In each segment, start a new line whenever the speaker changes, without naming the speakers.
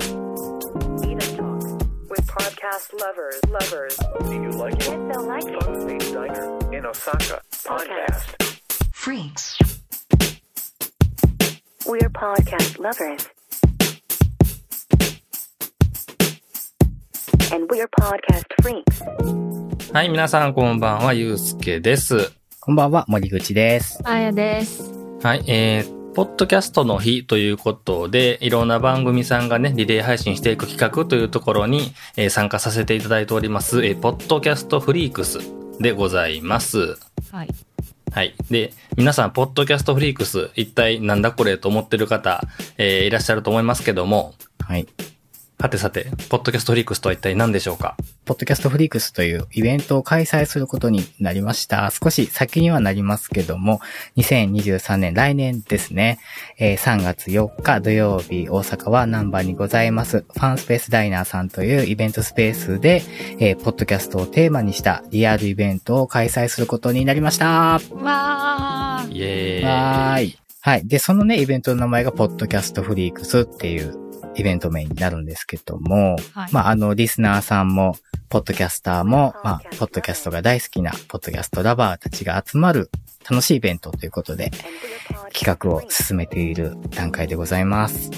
Eden Talk with podcast lovers. Lovers.
Do you like it?
It's so like it.
Fun Date Diner in Osaka podcast.
Freaks. We're podcast lovers. And we're podcast freaks.
はい、皆さんこんばんは、ゆうすけです。
こんばんは、森口です。
あやです。
はい、えー、ポッドキャストの日ということで、いろんな番組さんがね、リレー配信していく企画というところに、えー参加させていただいております、えー、ポッドキャストフリークスでございます。
はい。
はい。で、皆さん、ポッドキャストフリークス、一体なんだこれと思ってる方、えーいらっしゃると思いますけども、
はい。
はてさて、ポッドキャストフリークスとは一体何でしょうか
ポッドキャストフリークスというイベントを開催することになりました。少し先にはなりますけども、2023年、来年ですね。えー3月4日土曜日、大阪は南波にございます。ファンスペースダイナーさんというイベントスペースで、えーポッドキャストをテーマにしたリアルイベントを開催することになりました。
わー。
イエーイ。
はーい。はい。で、そのね、イベントの名前が、ポッドキャストフリークスっていうイベント名になるんですけども、
はい
まあ、あの、リスナーさんも、ポッドキャスターも、まあ
ポッドキャスター、
ポッドキャストが大好きな、ポッドキャストラバーたちが集まる楽しいイベントということで、
And we're podcast
企画を
freaks.
進めている段階でございます。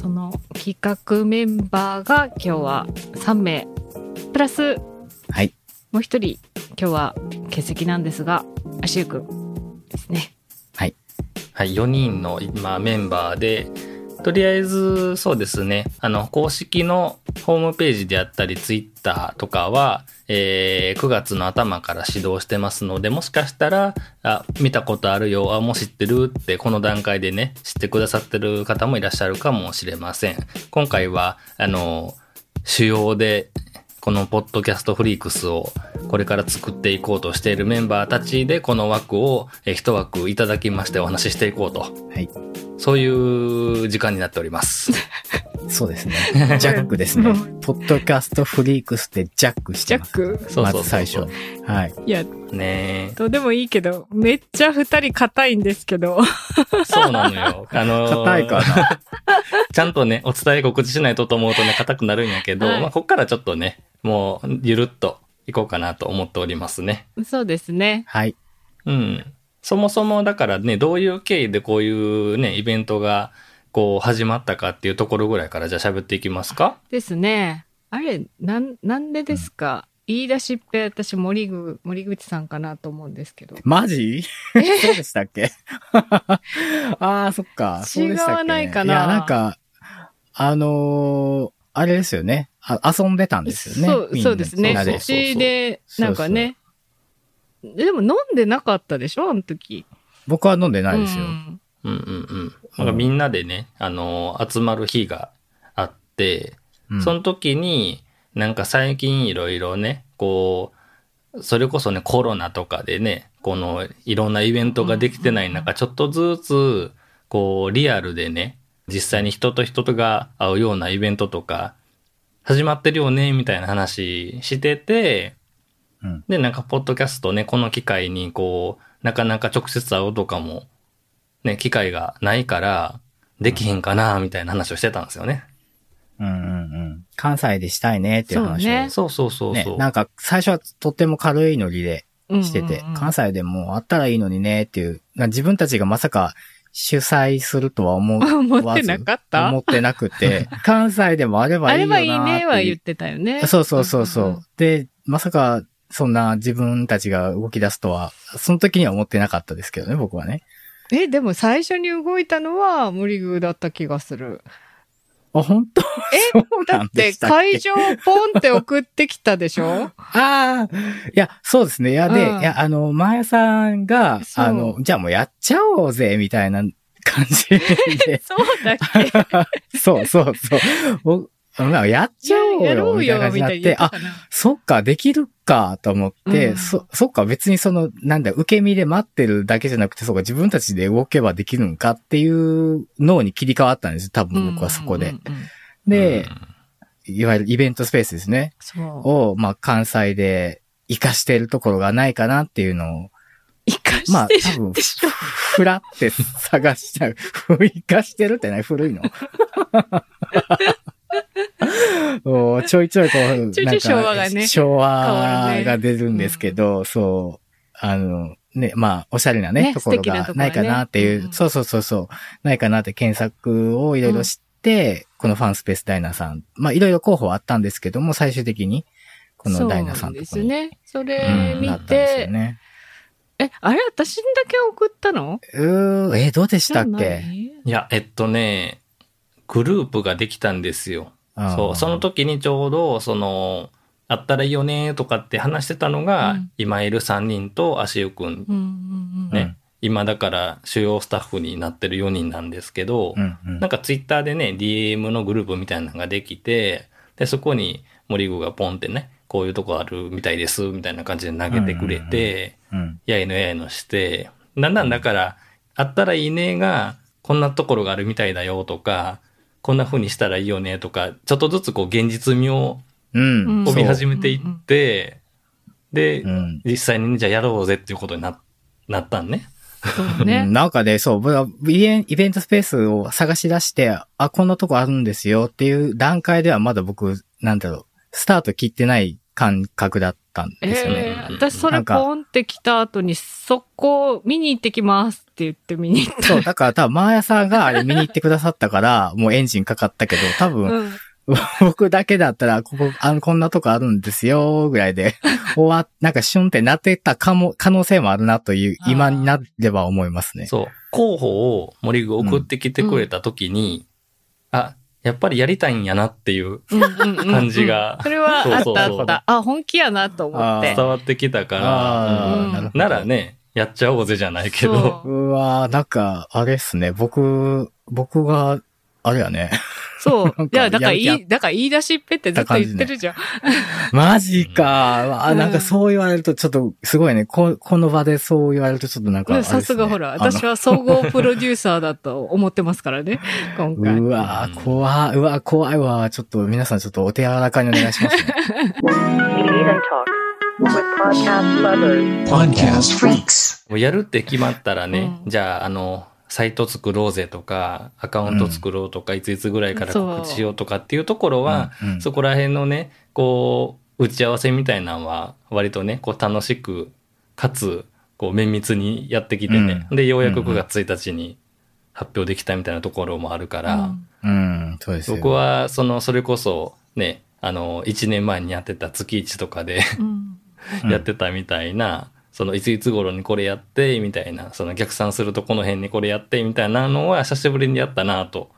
その企画メンバーが今日は3名。プラス、
はい。
もう一人、今日は欠席なんですが、あしゆくんですね。
はい、4人の今メンバーで、とりあえずそうですね、あの、公式のホームページであったり、ツイッターとかは、えー9月の頭から始動してますので、もしかしたら、あ、見たことあるよ、あ、もう知ってるって、この段階でね、知ってくださってる方もいらっしゃるかもしれません。今回は、あの、主要で、このポッドキャストフリークスをこれから作っていこうとしているメンバーたちでこの枠をえー一枠いただきましてお話ししていこうと。
はい。
そういう時間になっており ます。
そうです ね。ジャックですね。ポッドキャストフリークスでジャックしてます。
ク
そうそうそう
ま
そう
ず最初。はい。
いや、
ね
どうでもいいけど、めっちゃ二人硬いんですけど。
え。そうなのよ。あのー
硬いか
ちゃんとね、お伝え告知しないとと思うとね、硬くなるんやけど、
はい
まあ、こっからちょっとね、もう、ゆるっといこうかなと思っておりますね。
そうですね。
はい。
うん。そもそもだからね、どういう経緯でこういうね、イベントが、こう、始まったかっていうところぐらいから、じゃあ喋っていきますか
ですね。あれ、なん、なんでですか、言い出しっぺ、私、森ぐ、森口さんかなと思うんですけど。
マジそうでしたっけ ああ、そっか。そうでしたっけ
違わないかない
や、なんか、あのーあれですよね。あ遊んでたんですよね。
そう、そうですね。
みんな
そう
う
で
そう
ちで、なんかね。でも飲んでなかったでしょあの時。
僕は飲んでないですよ。
うん
うんうんうん。なんかみんなでね、あのー集まる日があって、
うん
その時に、なんか最近いろいろね、こう、それこそね、コロナとかでね、このいろんなイベントができてない中、ちょっとずつ、こう、リアルでね、実際に人と人とが会うようなイベントとか、始まってるよね、みたいな話してて、
うん
で、なんか、ポッドキャストね、この機会に、こう、なかなか直接会うとかも、ね、機会がないから、できへんかな、みたいな話をしてたんですよね。
うんうんうん。関西でしたいねっていう話を。
そうね
そうそうそうそう。
ね、なんか、最初はとっても軽いノリで
うんうん
してて、
うん
関西でもあったらいいのにねっていう、な自分たちがまさか主催するとは思う。
思ってなかった
思ってなく て、関西でもあれば
あ
いい
れ
よな
ば
ーって
い
いう
いねは言ってたよね。
そうそうそうそう。
んんん
で、まさか、そんな自分たちが動き出すとは、その時には思ってなかったですけどね、僕はね。
え、でも最初に動いたのは森具だった気がす る。
あ、本当
え
そう
だ
な
っ
んで
て
したっけ
会場をポンって送ってきたでし ょ
ああ、いや、そうですね。いや、で、
うん
いや、あの、前田さんが、
そう。
あの、じゃあもうやっちゃおうぜ、みたいな感じで
そうだっけ
そうそうそう。僕まあやっちゃおう
やろう
よ、みたい
よ
な感、じ
み
に
た
なっ
いに言
て
っ、た
あ、
かな。
そっか、できるか、と思って、
うん
そ、そっか、別にその、なんだ、受け身で待ってるだけじゃなくて、そうか、自分たちで動けばできるんかっていう脳に切り替わったんです多分僕はそこで。
うんうんうんうん
で
う、ん
いわゆるイベントスペースですね。
そう。
を、まあ、関西で活かしてるところがないかなっていうのを、
生か
まあ、
して
多
る
分
でしょ、、
ふらって探した、ふ活かしてるってない古いのもうちょいちょいこう、
ちょいちょい
なんか
昭和がね
昭和
変わる
が
ね
出るんですけど、そう、あの、ね、まあ、おしゃれなね、
ね
ところ
素敵なとこ
が
ろ
な
ね
いかなっていう、
うん
そうそうそうそう、ないかなって検索をいろいろして、このファンスペースダイナさん、まあ、いろいろ候補はあったんですけども、最終的に、このダイナさ
そう
んと
で
こ
す
に、
ね。それ
うん
見
なったんです
て、
よね。
え、あれ私にだけ送ったの
うー、えーどうでしたっ
じゃあ
け
何
いや、えっとね、グループができたんですよ。そう、その、時にちょうど、その、あったらいいよねとかって話してたのが、
うん
今いる3人と足湯くん
う。んうんうん。
ね
今だから主要スタッフになってる4人なんですけど、
うんうん
なんかツイッターでね、DM のグループみたいなのができて、で、そこに森具がポンってね、こういうとこあるみたいです、みたいな感じで投げてくれて、
うん
やいのやいのして、だんだんだから、あったらいいねが、こんなところがあるみたいだよとか、こんな風にしたらいいよねとか、ちょっとずつこう現実味を
うん。
うん
帯び
そう
始めていって、で、
うん
実際にねじゃあやろうぜっていうことにななったんね。
そう
う
ね
ん。なんかね、そう、僕はイベンイベントスペースを探し出して、あ、こんなとこあるんですよっていう段階ではまだ僕、なんだろう、スタート切ってない感覚だったんですよね。
えー私それ
なんか
ポンって来た後に、そこ見に行ってきますって言って見に行った。
そう、だから多分、マーヤさんがあれ見に行ってくださったから、もうエンジンかかったけど、多分、
うん
僕だけだったら、ここ、あの、こんなとこあるんですよ、ぐらいで、 終わ、なんかシュンってなってたかも、可能性もあるなという、
あー
今になれば思いますね。
そう。候補を森具送ってきてくれた時に、あ、やっぱりやりたいんやなっていう
うんうんうんうん
感じが
それは
そう
あっ
そう
た
そう
あった。あ、本気やなと思って
あ。
伝わってきたから、
あ
う
あ、
ん
なるほど。
ならね、やっちゃおうぜじゃないけ
そ
ど、
う
うわーなんか、あれっすね。僕、僕が、あれやね。
そう
なん。
い
か
や、だから言
やる気
い、だから言い出しっぺってずっと言ってるじゃん。
マジか。あ、
うん
なんかそう言われると、ちょっと、すごいね。こ、この場でそう言われると、ちょっとなんかあれ
ね
っすね、
さすがほら、
あの
私は総合プロデューサーだと思ってますからね、今回。
うわ
うん
ー怖い。うわー怖いわ。ちょっと、皆さんちょっとお手柔らかにお願いしますね。
Meet and talk with podcast lovers.
Podcast Freaks.
もうやるって決まったらね、
うん
じゃあ、あの、サイト作ろうぜとか、アカウント作ろうとか、いついつぐらいから告知しようとかっていうところは、
うんうん
そこら辺のね、こう、打ち合わせみたいなのは、割とね、こう楽しく、かつ、こう綿密にやってきてね、
うん
で、ようやく
うんう
9
ん
月1日に発表できたみたいなところもあるか
う
ら、
ん
うん、そうですよ。
僕は、その、それこそ、ね、あの、1年前にやってた月1とかで、
うん
うん
やってたみたいな、そのいついつ頃にこれやってみたいなその逆算するとこの辺にこれやってみたいなのは久しぶりにやったなと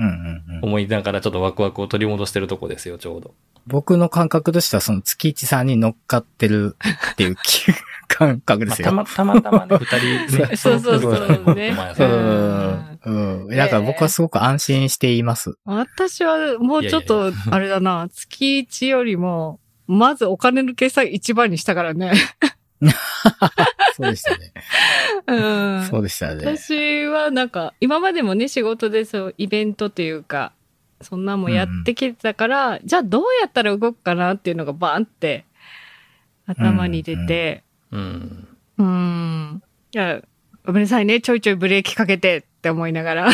うんうんうん、
思いながらちょっとワクワクを取り戻してるとこですよちょうど。
僕の感覚としては、その月一さんに乗っかってるっていう気感覚で
まあ、
す
た
よ。
またまたま ね2人ね
そうそうそう
揃ってるからね
ね
お前
う
さん
ん。うん。だから僕はすごく安心しています。
私はもうちょっと、あれだな、月1よりも、まずお金の計算一番にしたからね。
そうでしたね。
うん。
そうでしたね。
私はなんか、今までもね、仕事でそう、イベントというか、そんなんもやってきてたから、じゃあどうやったら動くかなっていうのがバーンって頭に出て、
うん
うーん。いや、ごめんなさいね、ちょいちょいブレーキかけてって思いながら。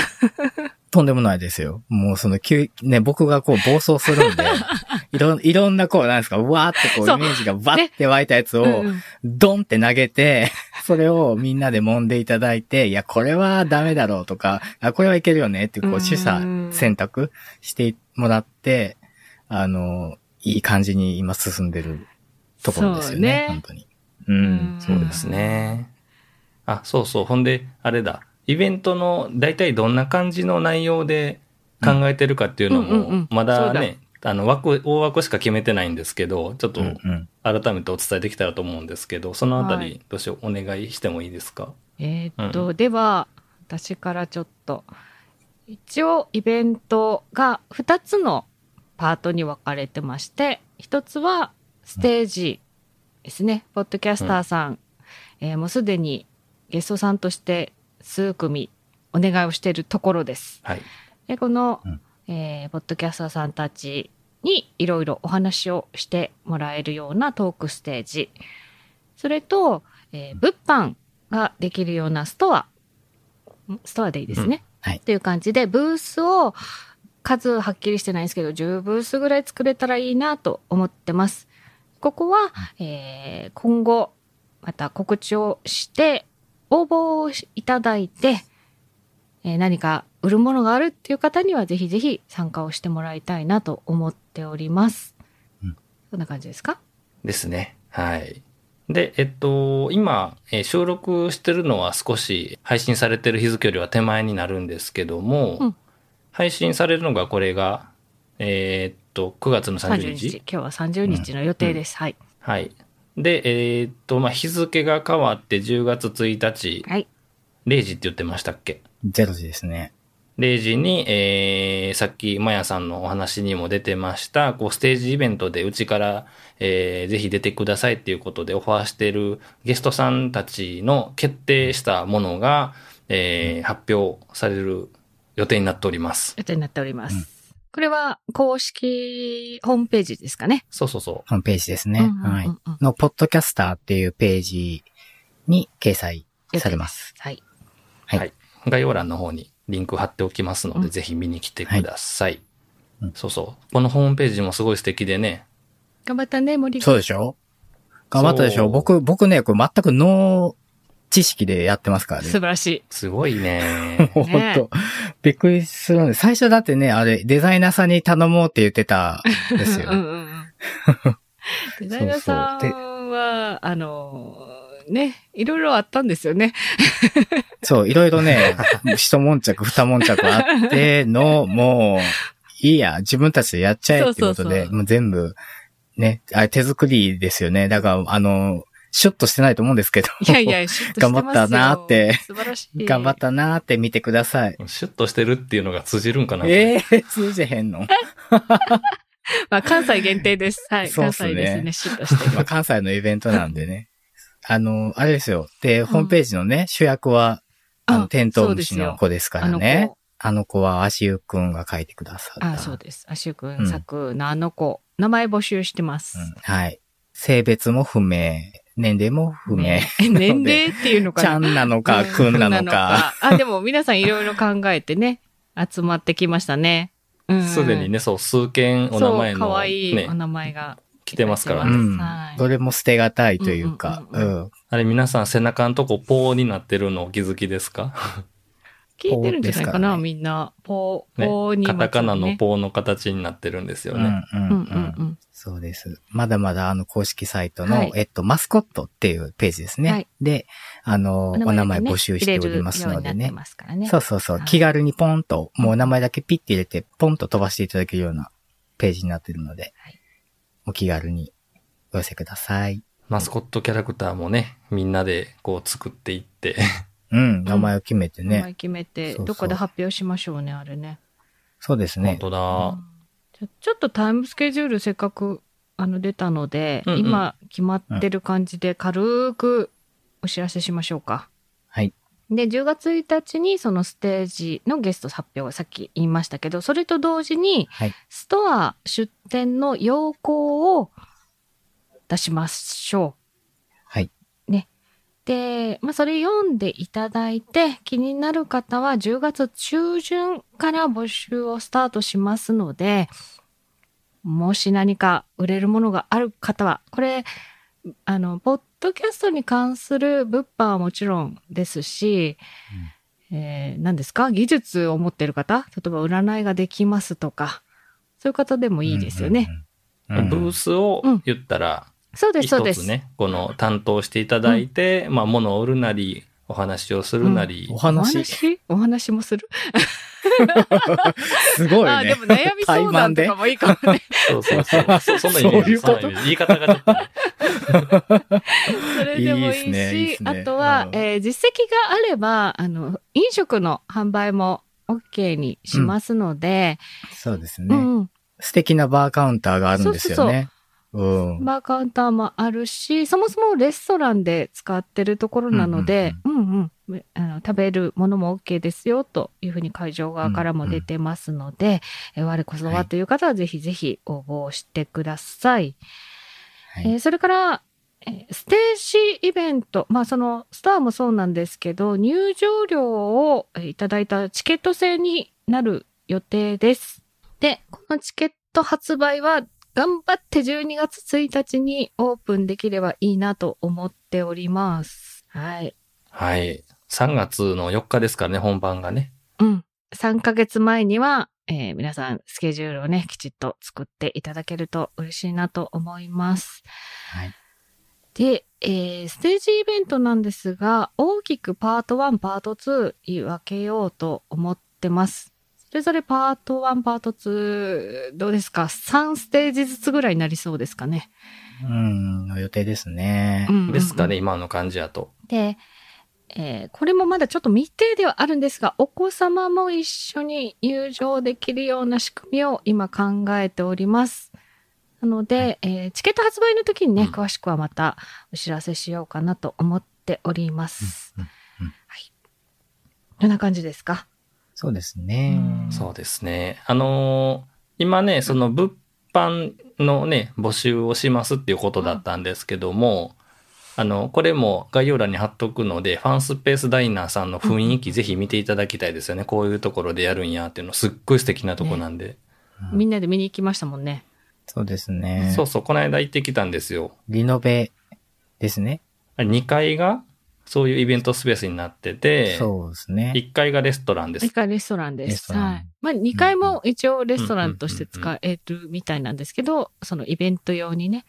とんでもないですよ。もうその急、ね、僕がこう暴走す るんで、いろん、いろんなこう、なんですか、うわーってこう
そう
イメージがバッて湧いたやつ
う
を、
ん
ドンって投げて、 それをみんなで揉んでいただいて、いや、これはダメだろうとか、あ、これはいけるよねっていう、
う
こう、
ん
取捨選択してもらって、あの、いい感じに今進んでるところですよね、
そう
本
ね
当に。う
うん
ん、
そうですね。あそうそうほんであれだイベントの大体どんな感じの内容で考えてるかっていうの
うんうんうんうん
もまだ
そう
ね、あの枠大枠しか決めてないんですけどちょっと
うんうん
改めてお伝えできたらと思うんですけど、そのあた
は
り、どうしよう、お願いしてもいいですか
えーっと、では、私からちょっと。一応、イベントが2つのパートに分かれてまして、1つはステージですね。ポッドキャスターさん、えーもうすでにゲストさんとして数組お願いをしているところです。
はい。
で、この、
うん
えーポッドキャスターさんたちにいろいろお話をしてもらえるようなトークステージ。それと、えー物販ができるようなストア。んストアでいいですね。
うんはい
という感じで、ブースを数はっきりしてないんですけど、10ブースぐらい作れたらいいなと思ってます。ここは、えー今後、また告知をして、応募をいただいて、えー何か売るものがあるっていう方には、ぜひぜひ参加をしてもらいたいなと思っております。
うん
そんな感じですか
ですね。はい。で、えっと、今、えー収録してるのは少し配信されてる日付よりは手前になるんですけども、
うん
配信されるのがこれが、えーっと、9月の30
30
日
日。今日は30日の予定です。はい。
はい。で、えーっと、まあ、日付が変わって10月1日、
はい。
0時って言ってましたっけ
ゼロ時ですね。
0時に、えー、さっき、まやさんのお話にも出てました、こう、ステージイベントでうちから、えー、ぜひ出てくださいっていうことでオファーしてるゲストさんたちの決定したものが、えー、発表される予定になっております。
予定になっております。
うん
これは公式ホームページですかね。
そうそうそ
ホームページですね。
うんうんうんうん
はい。の、ポッドキャスターっていうページに掲載されます。
はい。
う。
はい。
概要欄の方にリンク貼っておきますので、
うん
ぜひ見に来てください。
はいうん
そうそう。このホームページもすごい素敵でね。
頑張ったね、森
そうでしょ頑張ったでし
そ
ょ
う
僕、僕ね、これ全くノー知識でやってますからね
素。晴らし
すごいね。
本当びっくりするんで、最初だってね、あれ、デザイナーさんに頼もうって言ってたんで
い。
す
うん
よ。
うんうん。デ ザイナーさ
そうそ
んは、あの、ね、いろいろあったんですよね。
そう、いろいろね、一悶着、二悶着あっての、もう、いいや、自分たちでやっちゃえってことで、
そうそうそう
もう全部、ね、あれ手作りですよね。だから、あの、シュッとしてないと思うんですけど。
いやいや、シュッとしてますよ
頑張ったなーって
素晴らしい。
頑張っ。たなーって見てください。
シュッとしてるっていうのが通じるんかな
ええー、通じへ んの。
まあ、関西限定 です。はい。
そうっ
関
すね
西ですね、シュッとして
まあ、
る。
関西のイベントなんでね。あの、あれですよ。で、ホームページのね、主役は、あの、
あ
テントウムシの子ですから
そうですよあの
ね
子。
あの子は、足湯くんが書いてくださった。
あ、そうです。あしゅく
うん
ん作のあの子、名前募集してます。
うんはい。性別も不明、年齢も不明。
ね年齢っていうのか
ち
な
ゃんなのか、くんなのか。。
あ、でも皆さんいろいろ考えてね、集まってきましたね。うん
すでにね、そう、数件お名前
そう、
の、
可愛い
ね
お、名前が。
来てますから
う
う
ね。
ん
ん
はい。
どれも捨てがたいというか、
うんうんうん
うん
あれ皆さん背中のとこポーになってるのお気づきですか
聞いてるんじゃないか
ポーですから
な、
ね
みんな。ポー、
ね
ポーに、
カタカナの。ポーの形になってるんですよ
う
ね。
んうん
う
うん
うんうん
ん。そうです。まだまだあの公式サイトの、
はい
えっと、マスコットっていうページですね。
はい
で、あの、
お
お
名
名
前,、
前募集しておりますので
入れるようになって
ね。
ますからね。
そうそうそう、
はい
気軽にポンと、もうお名前だけピッて入れて、ポンと飛ばしていただけるようなページになってるので、
はい
お気軽にお寄せください。
マスコットキャラクターもね、みんなでこう作っていって、
うん、名前を決めてね。
名前決めて、
そうそう
どこで発表しましょうね、あれね。
そうですね。
本当
う
だ。
んちょちょっとタイムスケジュールせっかくあの出たので、
うんうん
今決まってる感じで軽くお知らせしましょうか。
はい。
で、10月1日にそのステージのゲスト発表、さっき言いましたけど、それと同時に
はい、
ストア出店の要項を出しましょう。
はい。
で、まあ、それ読んでいただいて、気になる方は10月中旬から募集をスタートしますので、もし何か売れるものがある方は、これ、あの、ポッドキャストに関する物販はもちろんですし、えー何ですか技術を持っている方例えば占いができますとか、そういう方でもいいですよね。
うん。うん
ブースを
うん
言ったら、
そうです、そう
一
で
つ
す。
ね、この担当していただいて、まあ物を売るなり、お話をするなり
お、
お
話、
話お話もする
すごいね。
あ、でも悩み相談とかもいいかもね。
そうそうそ う。そそんなイメージ、
そういうこと
そんなイメージ言い方がちょっとね、
それでもいいし、
いいですねいいですね
あとは、
うん
えー実績があれば、あの、飲食の販売も OK にしますので、
そうです
う
ね、
ん、
素敵なバーカウンターがあるんですよね。うん
バーカウンターもあるし、そもそもレストランで使ってるところなので、うんうん、あの食べるものも OK ですよというふうに会場側からも出てますので、え我こそはという方はぜひぜひ応募をしてください。
はい
えーそれから、えーステージイベント、まあそのスターもそうなんですけど、入場料をえーいただいたチケット制になる予定です。で、このチケット発売は頑張って12月1日にオープンできればいいなと思っております。はい。
はい。3月の4日ですからね、本番がね。
うん。3ヶ月前には、えー皆さんスケジュールをね、きちっと作っていただけると嬉しいなと思います。
はい。
で、えーステージイベントなんですが、大きくパート1、パート2に分けようと思ってます。それぞれパート1、パート2、どうですか ?3 ステージずつぐらいになりそうですかね。
うん、の予定ですね。
うんうんうん
ですかね、今の感じやと。
で、えーこれもまだちょっと未定ではあるんですが、お子様も一緒に入場できるような仕組みを今考えております。なので、えーチケット発売の時にね、
うん
詳しくはまたお知らせしようかなと思っております。
うん
は
うんうん
い。どんな感じですか
そうですね。
うん
そうですね。あのー今ね、その物販のね、募集をしますっていうことだったんですけども、あの、これも概要欄に貼っとくので、ファンスペースダイナーさんの雰囲気ぜひ見ていただきたいですよね。こういうところでやるんやっていうの、すっごい素敵なとこなんで。
うん
みんなで見に行きましたもんね。
そうですね。
そうそう、この間行ってきたんですよ。
リノベですね。
2階がそういうイベントスペースになってて、
そうですね。
1階がレストランです
一。回レストランで
レス
す。
トラン
はい。まあ、2階も一応レストランとして使えるみたいなんですけど、そのイベント用にね、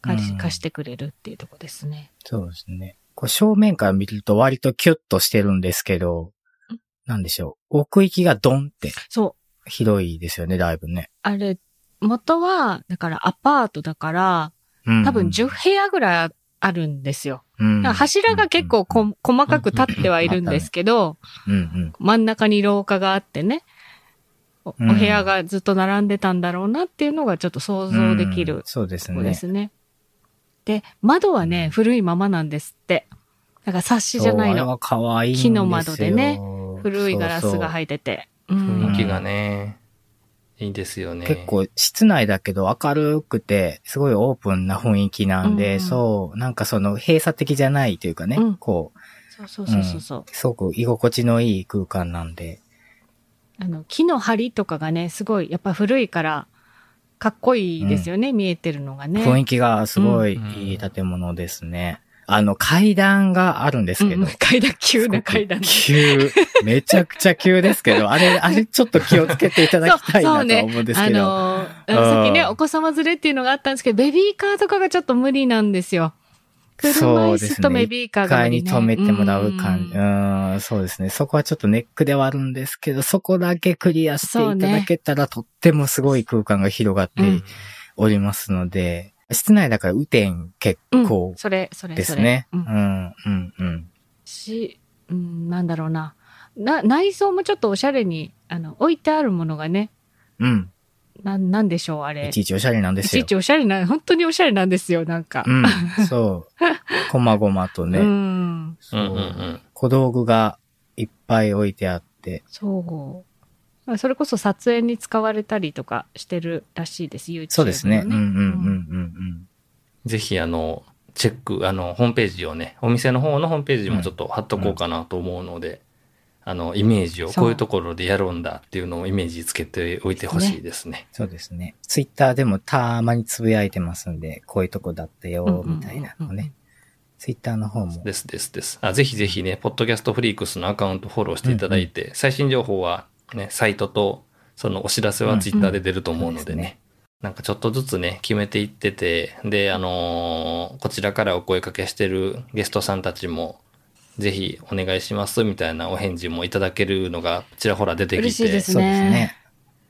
貸し
うん
貸してくれるっていうとこですね。
そうですね。こう正面から見ると割とキュッとしてるんですけど
う、
なんでしょう。奥行きがドンって
そう。
広いですよね、だいぶね。
あれ、元は、だからアパートだから、
うん
多分10部屋ぐらいあるんですよ。
うん
だから柱が結構こ、細かく立ってはいるんですけど、
うんうん。
真ん中に廊下があってね、おお
うん
部屋がずっと並んでたんだろうなっていうのがちょっと想像できる
うんそうです
とこで
ね。
すね。で、窓はね、古いままなんですって。だから冊子じゃない
そうあれ
の。
は可愛いんですよ
木の窓でね。古いガラスが入ってて。うん
雰囲気がね、いいですよね。
結構室内だけど明るくて、すごいオープンな雰囲気なんで、
うん
そう、なんかその閉鎖的じゃないというかね、
うん
こ
そ
う、
うそうそうそうそう。
すごく居心地のいい空間なんで、
あの、木の梁とかがね、すごい、やっぱ古いから、かっこいいですよね、見えてるのがね。
雰囲気がすごい
うん
いい建物ですね。あの階段があるんですけど、
うん階段、急な階段。
急。めちゃくちゃ急ですけど、あ れ、あれちょっと気をつけていただきたいなと思うんです
あ
けど。
の
うん
さっきね、お子様連れっていうのがあったんですけど、ベビーカーとかがちょっと無理なんですよ。車
そう
椅
です
子
ね
とベビーカー
1
が無
階
理、
に
ね。
止めてもらう感じ。
う
うんん、そうですね。そこはちょっとネックではあるんですけど、そこだけクリアしていただけたら、とってもすごい空間が広がっ
う
て
ん
おりますので、室内だから雨天結
うん
構
それ、それ、それ。
ですね。う
うん
ん、うん、うん。
し、うん、なんだろうな。な、内装もちょっとおしゃれに、あの、置いてあるものがね、
うん。
なん、なんでしょう、あれ。
いちいちおしゃれなんで
い
す
ち
よ
い。ちおしゃれな、本当におしゃれなんですよ、なんか。
うん、 そう。こまごまと
う
ね、
ん。
うんうんうん。
小道具がいっぱい置いてあって、
そう。それこそ撮影に使われたりとかしてるらしいです、YouTube の、
そうですね。うんうんうん
うん
うん
ぜひ、あの、チェック、あの、ホームページをね、お店の方のホームページもちょっと貼っとこうかなと思うので、あの、イメージを、
そう
こういうところでやるんだっていうのをイメージつけておいてほしいですね。
そうですね。ツイッターでもたまにつぶやいてますんで、こういうとこだったよ、
うんうんうんうん
みたいなのね。ツイッターの方も。
ですですです。あ、ぜひぜひね、ポッドキャストフリークスのアカウントフォローしていただいて、最新情報はね、サイトと、そのお知らせはツイッターで出ると思うのでね。
うんうんそうですね
なんかちょっとずつね、決めていってて、で、あのーこちらからお声かけしてるゲストさんたちも、ぜひお願いしますみたいなお返事もいただけるのがちらほら出て
嬉
き
しいで
て、
す
そうですね
ね。。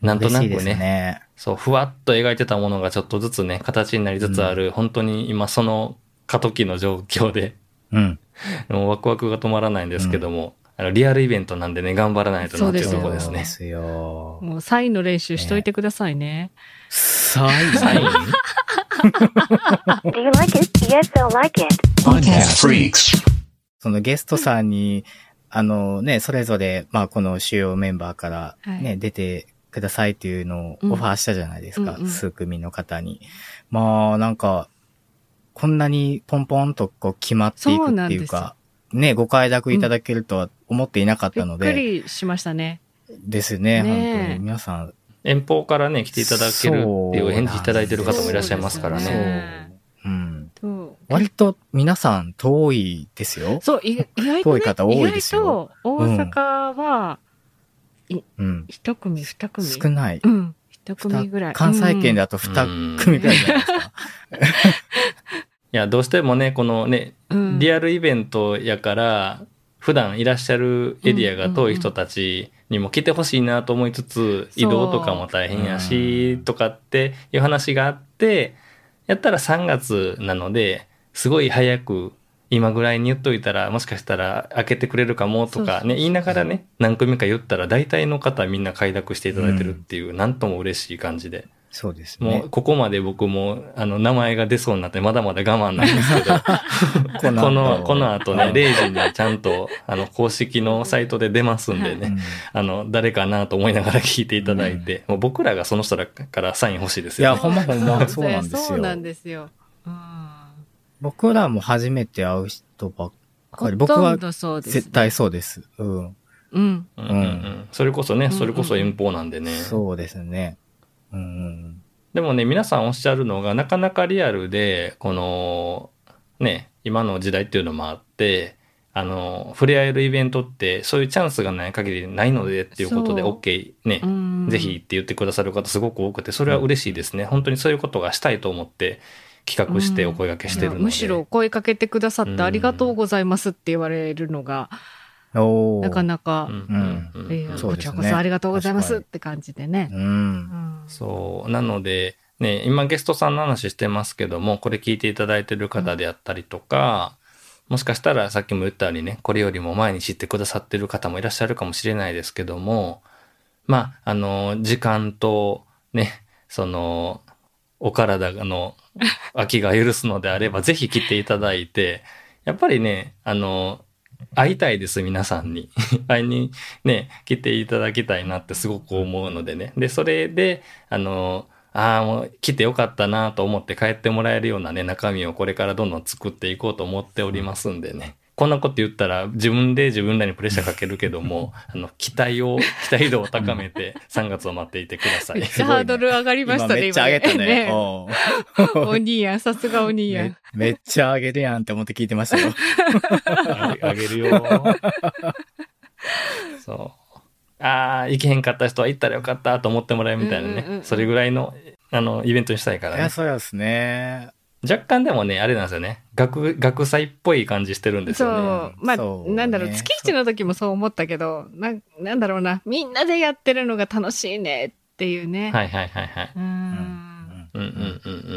なんとなく
嬉しいです
ね
ね。
そう、ふわっと描いてたものがちょっとずつね、形になりつつある、本当に今その過渡期の状況で、
うん。
もうワクワクが止まらないんですけども、あの、リアルイベントなんでね、頑張らないとなっていう
そ
と
う
ころ
で
ですす
そう
ね
で。すよ。
もうサインの練習しといてくださいね。
サイ
サイン
Do you like it? Yes, I like it.
Podcast Freaks.
そのゲストさんに、あのね、それぞれ、まあこの主要メンバーからね、
はい
出てくださいっていうのを
うん
オファーしたじゃないですか、
うんうん
数組の方に。まあなんか、こんなにポンポンとこう決まっていくっていう
そうな
か、ね、ご快諾いただけるとは思っていなかっ
び
た
っ
の
く
で、
りしましたね。
ですね、
ねえ
本当に皆さん、
遠方からね、来ていただけるっていうお返事いただいてる方もいらっしゃいますから
そうです
ね。
ね
うん。
そう
割と皆さん遠いですよ。
そう、い意外と、
遠
ね、
い方多いですよ
意外と大阪は
うん。
一組二組。
少ない。
うん。一組ぐらい。
関西圏
だ。
だと2組ぐらいじゃないですか。
いや、どうしてもね、このね、
うん、
リアルイベントやから、普段いらっしゃるエリアが遠い人たちにも来てほしいなと思いつつ、
そう
移動とかも大変やし、とかっていう話があって、やったら3月なので、すごい早く、今ぐらいに言っといたら、もしかしたら開けてくれるかもと
そうそう
かね、言いながらね、何組か言ったら、大体の方みんな快諾していただいてるっていう、なんとも嬉しい感じで。
そうです
も
ね
う、。ここまで僕も、あの、名前が出そうになって、まだまだ我慢なんですけど、
こ
この、この後ね、
例
0時にはちゃんと、あの、公式のサイトで出ますんでね、あの、誰かなと思いながら聞いていただいて、もう僕らがその人らからサイン欲しいです
いや、
よ、ね。
ほんまほん ま、そう
ね
なんです
そう
よ。
なんですよ。うん
僕らも初めて会う人ばっかり。僕
ほと
は
んどそうです、
絶対そうです。うん。
うん。
うんうんうんそれこそね、
んうん
それこそ遠方なんでね。
そうですね。うん。
でもね、皆さんおっしゃるのが、なかなかリアルで、この、ね、今の時代っていうのもあって、あの、触れ合えるイベントって、そういうチャンスがない限りないのでっていうことで、
そう
OK、ね
う、ん
ぜひって言ってくださる方すごく多くて、それは嬉しいですね。本当にそういうことがしたいと思って企画してお声掛けしてるの
い
で。
やむしろお声かけてくださってありがとうございますって言われるのが、
おー
なかなか、
うん、うんうん
いや
そう
こ
です
ち
ね
らこそありがとうございますって感じでね。
うん。
うん
そう。なので、ね、今ゲストさんの話してますけども、これ聞いていただいてる方であったりとか、もしかしたらさっきも言ったようにね、これよりも前に知ってくださってる方もいらっしゃるかもしれないですけども、まあ、あの、時間とね、その、お体の空きが許すのであれば、ぜひ来ていただいて、やっぱりね、あの、会いたいです、皆さんに。 会いにね、来ていただきたいなってすごく思うのでね。で、それで、あの、ああ、もう来てよかったなと思って帰ってもらえるようなね、中身をこれからどんどん作っていこうと思っておりますんでね。こんなこと言ったら自分で自分らにプレッシャーかけるけども、あの、期待を、期待度を高めて3月を待っていてくださ
め
い
っ。ちゃハードル上がりまし
今
たね、
めっちゃ上げたね。
ね
おー
お兄やん、さすがお兄や
め
ん。
めっちゃ上げるやんって思って聞いて ましたよ。
あげあげるよ。 そう。ああ、行けへんかった人は行ったらよかったと思ってもらえるみたいなね。
うんうんうん
それぐらいの、あの、イベントにしたいから
い
ね
や、。そうですね。
若干でもね、あれなんですよね。学、学祭っぽい感じしてるんです
そ
よね
う。。まあ、
そうね
なんだろう、月一の時もそう思ったけど、なんなんだろうな、みんなでやってるのが楽しいねっていうね。
はいはいはいはい。
う。
うん
うんうんうんう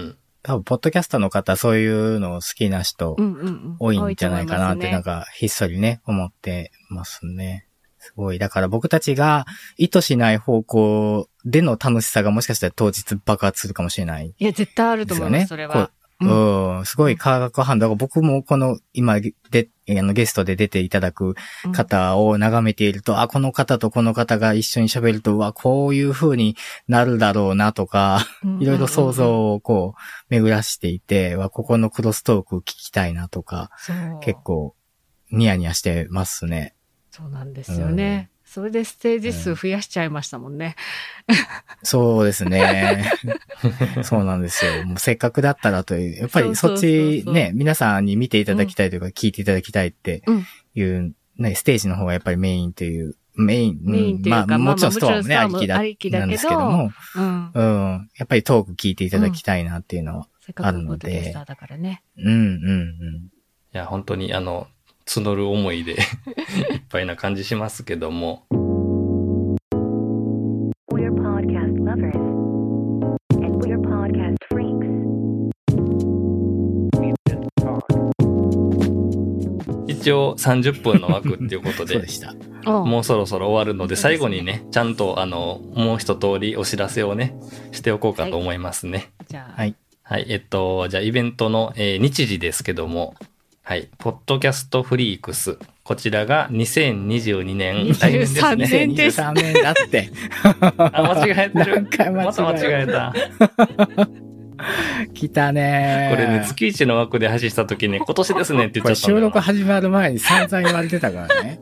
ん。
多分、ポッドキャストの方、そういうのを好きな人
うんうんうん。
多いんじゃないかなっ
多
て、
いと思いますね
なんか、ひっそりね、思ってますね。すごい。だから僕たちが意図しない方向での楽しさがもしかしたら当日爆発するかもしれない
いや、絶対ある
で
と
す
思
よ
います、
ね。
それは。
こううん、すごい化学反応が僕もこの今で、あのゲストで出ていただく方を眺めていると、あ、この方とこの方が一緒に喋ると、うわ、こういう風になるだろうなとか、いろいろ想
を
像をこう巡らしていて、うわ、ここのクロストーク聞きたいなとか、結構ニヤニヤしてますね。
そうなんですよね。それでステージ数増やしちゃいましたもんね。
そうですね。 そうなんですよ。もうせっかくだったらという、やっぱり
そ
そうっ
そうそうそう
ちね、皆さんに見ていただきたいというか、聞いていただきたいって
うん
いう、ね、ステージの方がやっぱりメインという、メイン、うん
メインというか
まあ、
まあ
もちろんストアもね、
まあ
あ
も
り
ち
き
ろん
だ、
ストアもありきだけど
なんですけど
う
も、
ん。
うん、やっぱりトーク聞いていただきたいなっていうのは、
せっかくのポッドキャスターだからね。
うん、うん、うん。
いや、本当にあの、募る思いで いっぱいな感じしますけども。
We're podcast lovers. And we're podcast freaks.
We didn't talk.
一応30分の枠っていうこと
そう
で
で、した。
おう
もうそろそろ終わるので、
そうで
最
すね
後にね、ちゃんとあの、もう一通りお知らせをね、しておこうかと思いますね。
じゃあ、
はい。
はい、えっと、じゃあイベントの、えー日時ですけども、はい、ポッドキャストフリークス。こちらが2022年、来年です
23年
ね。
全然
23年 だって、
あ、間違えてる。
何回間違えた
また間違えた。
来たね
これね、月一の枠で配信した時ね、今年ですねって言
こ
っ
れ
ちゃったのよ
収録始まる 前に散々言われてたからね。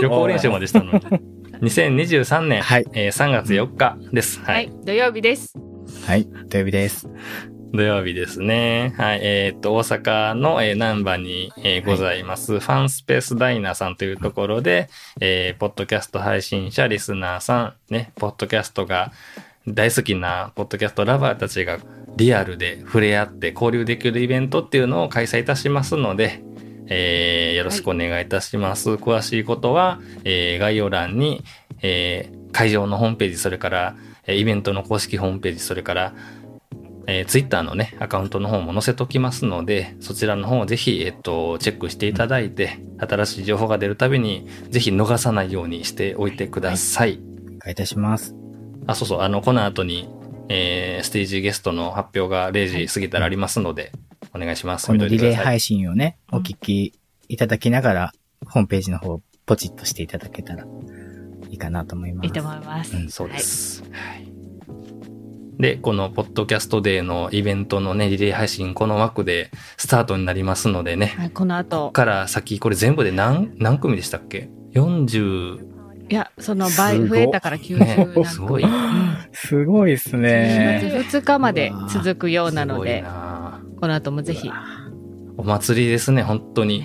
旅行練習までしたのに。 2023年、
はい
えー3月4日です。
は
はいい。、
土曜日です。
はい。土曜日です。
土曜日ですね。はい。えーっと、大阪の、えー、南波に、えー
はい
ございます、ファンスペースダイナーさんというところで、えーポッドキャスト配信者、リスナーさん、ね、ポッドキャストが大好きなポッドキャストラバーたちがリアルで触れ合って交流できるイベントっていうのを開催いたしますので、えーよろしくお願いいたします。詳しいことは、えー概要欄に、えー会場のホームページ、それから、えーイベントの公式ホームページ、それから、えー、ツイッターのね、アカウントの方も載せときますので、そちらの方をぜひ、えっと、チェックしていただいて、新しい情報が出るたびに、ぜひ逃さないようにしておいてください。
お願いいたします。
あ、そうそう、あの、この後に、えーステージゲストの発表が0時過ぎたらありますので、お願いします。
この
見と
リ
いて
レ
く
ー
ださい
配信をね、
う
お
ん
聞きいただきながら、ホームページの方をポチッとしていただけたらいいかなと思います。
いいと思います。
うん
そうで。す。はいで、このポッドキャストデーのイベントのね、リレー配信、この枠でスタートになりますのでね、
はい、この後、
から先、これ全部で何、何組でしたっけ ?40、
いや、その倍
すご
増えたから90
ね
何、
すごい。
すごいですね。
2日まで続くようなの
すごい
で、
な
この後もぜひ。
お祭りですね、本当に。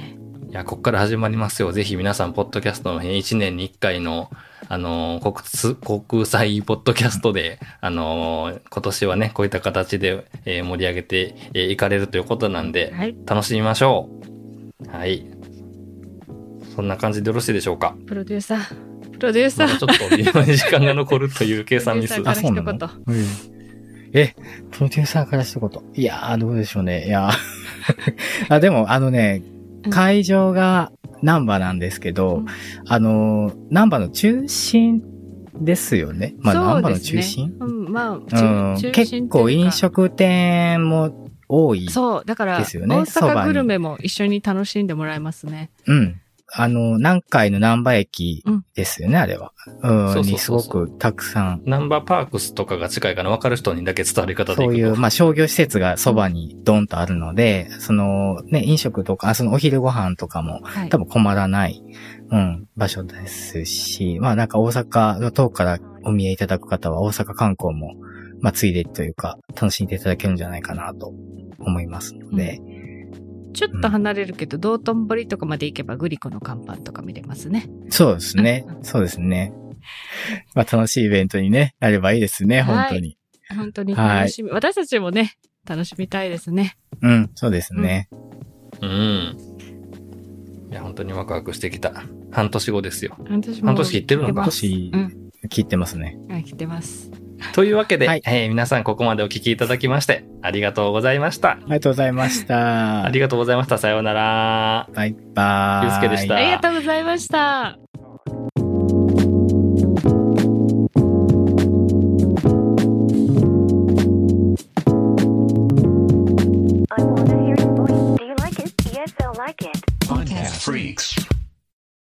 いや、こっから始まりますよ。ぜひ皆さん、ポッドキャストの日、1年に1回の、あのー、国つ、国際ポッドキャストで、 あのー、今年はね、こういった形で、えー盛り上げてえーいかれるということなんで、
はい、
楽しみましょう。はい。そんな感じでよろしいでしょうか。
プロデューサー、プロデューサ
ま
ー
だ、ちょっと微妙に時間が残るという 計算ミス
計。算
そうな
一
の
言
うんえ、プロデューサーから一言。いやー、どうでしょうね。いやー あ、でも、あのね
う、ん
会場がナンバなんですけど、
うん
あのー、ナンバの中心ですよね。まあ、ナ
そ
ン
う
バ
で
の
す
中
ね
心
うん、まあ、
う
中
ん
中心っていう
結
か
構飲食店も多い。
そう、だから、
で
大
すよねそば
阪
に
グルメも一緒に楽しんでもらえますね。
うん。あの、南海の南波駅ですよね、あれは。うん。
そうそうそうそう
にすごくたくさん、
ナンバーパークスとかが近いかな、分かる人にだけ伝わり方でいくと。
そういう、まあ、商業施設がそばにドンとあるので、その、ね、飲食とか、あそのお昼ご飯とかも
はい
多。分困らない、うん、場所ですし、まあ、なんか大阪の遠くからお見えいただく方は大阪観光も、まあ、ついでというか、楽しんでいただけるんじゃないかなと思いますので、
ちょっと離れるけど、道頓堀とかまで行けばグリコの看板とか見れますね。
そうですね。そうですね。まあ、楽しいイベントにね、なればいいです
は
ね、
い
本当に。
本当に楽しみ、私たちもね、楽しみたいですね。
うん、そうですね。
うん。いや、本当にワクワクしてきた。半年後ですよ。
私も
半年切ってるの
来て
か
今
ます
年
うん、
切ってますね。
はい来てます。
というわけで、
はい
えー皆さんここまでお聞きいただきまして、ありがとうございました。
ありがとうございました。
ありがとうございました。さようなら。
バイバーイ。
ゆうすけでした
ありがとうございました。
I wanna hear your voice. Do you like it? Yes, I like it.
Podcast Freaks.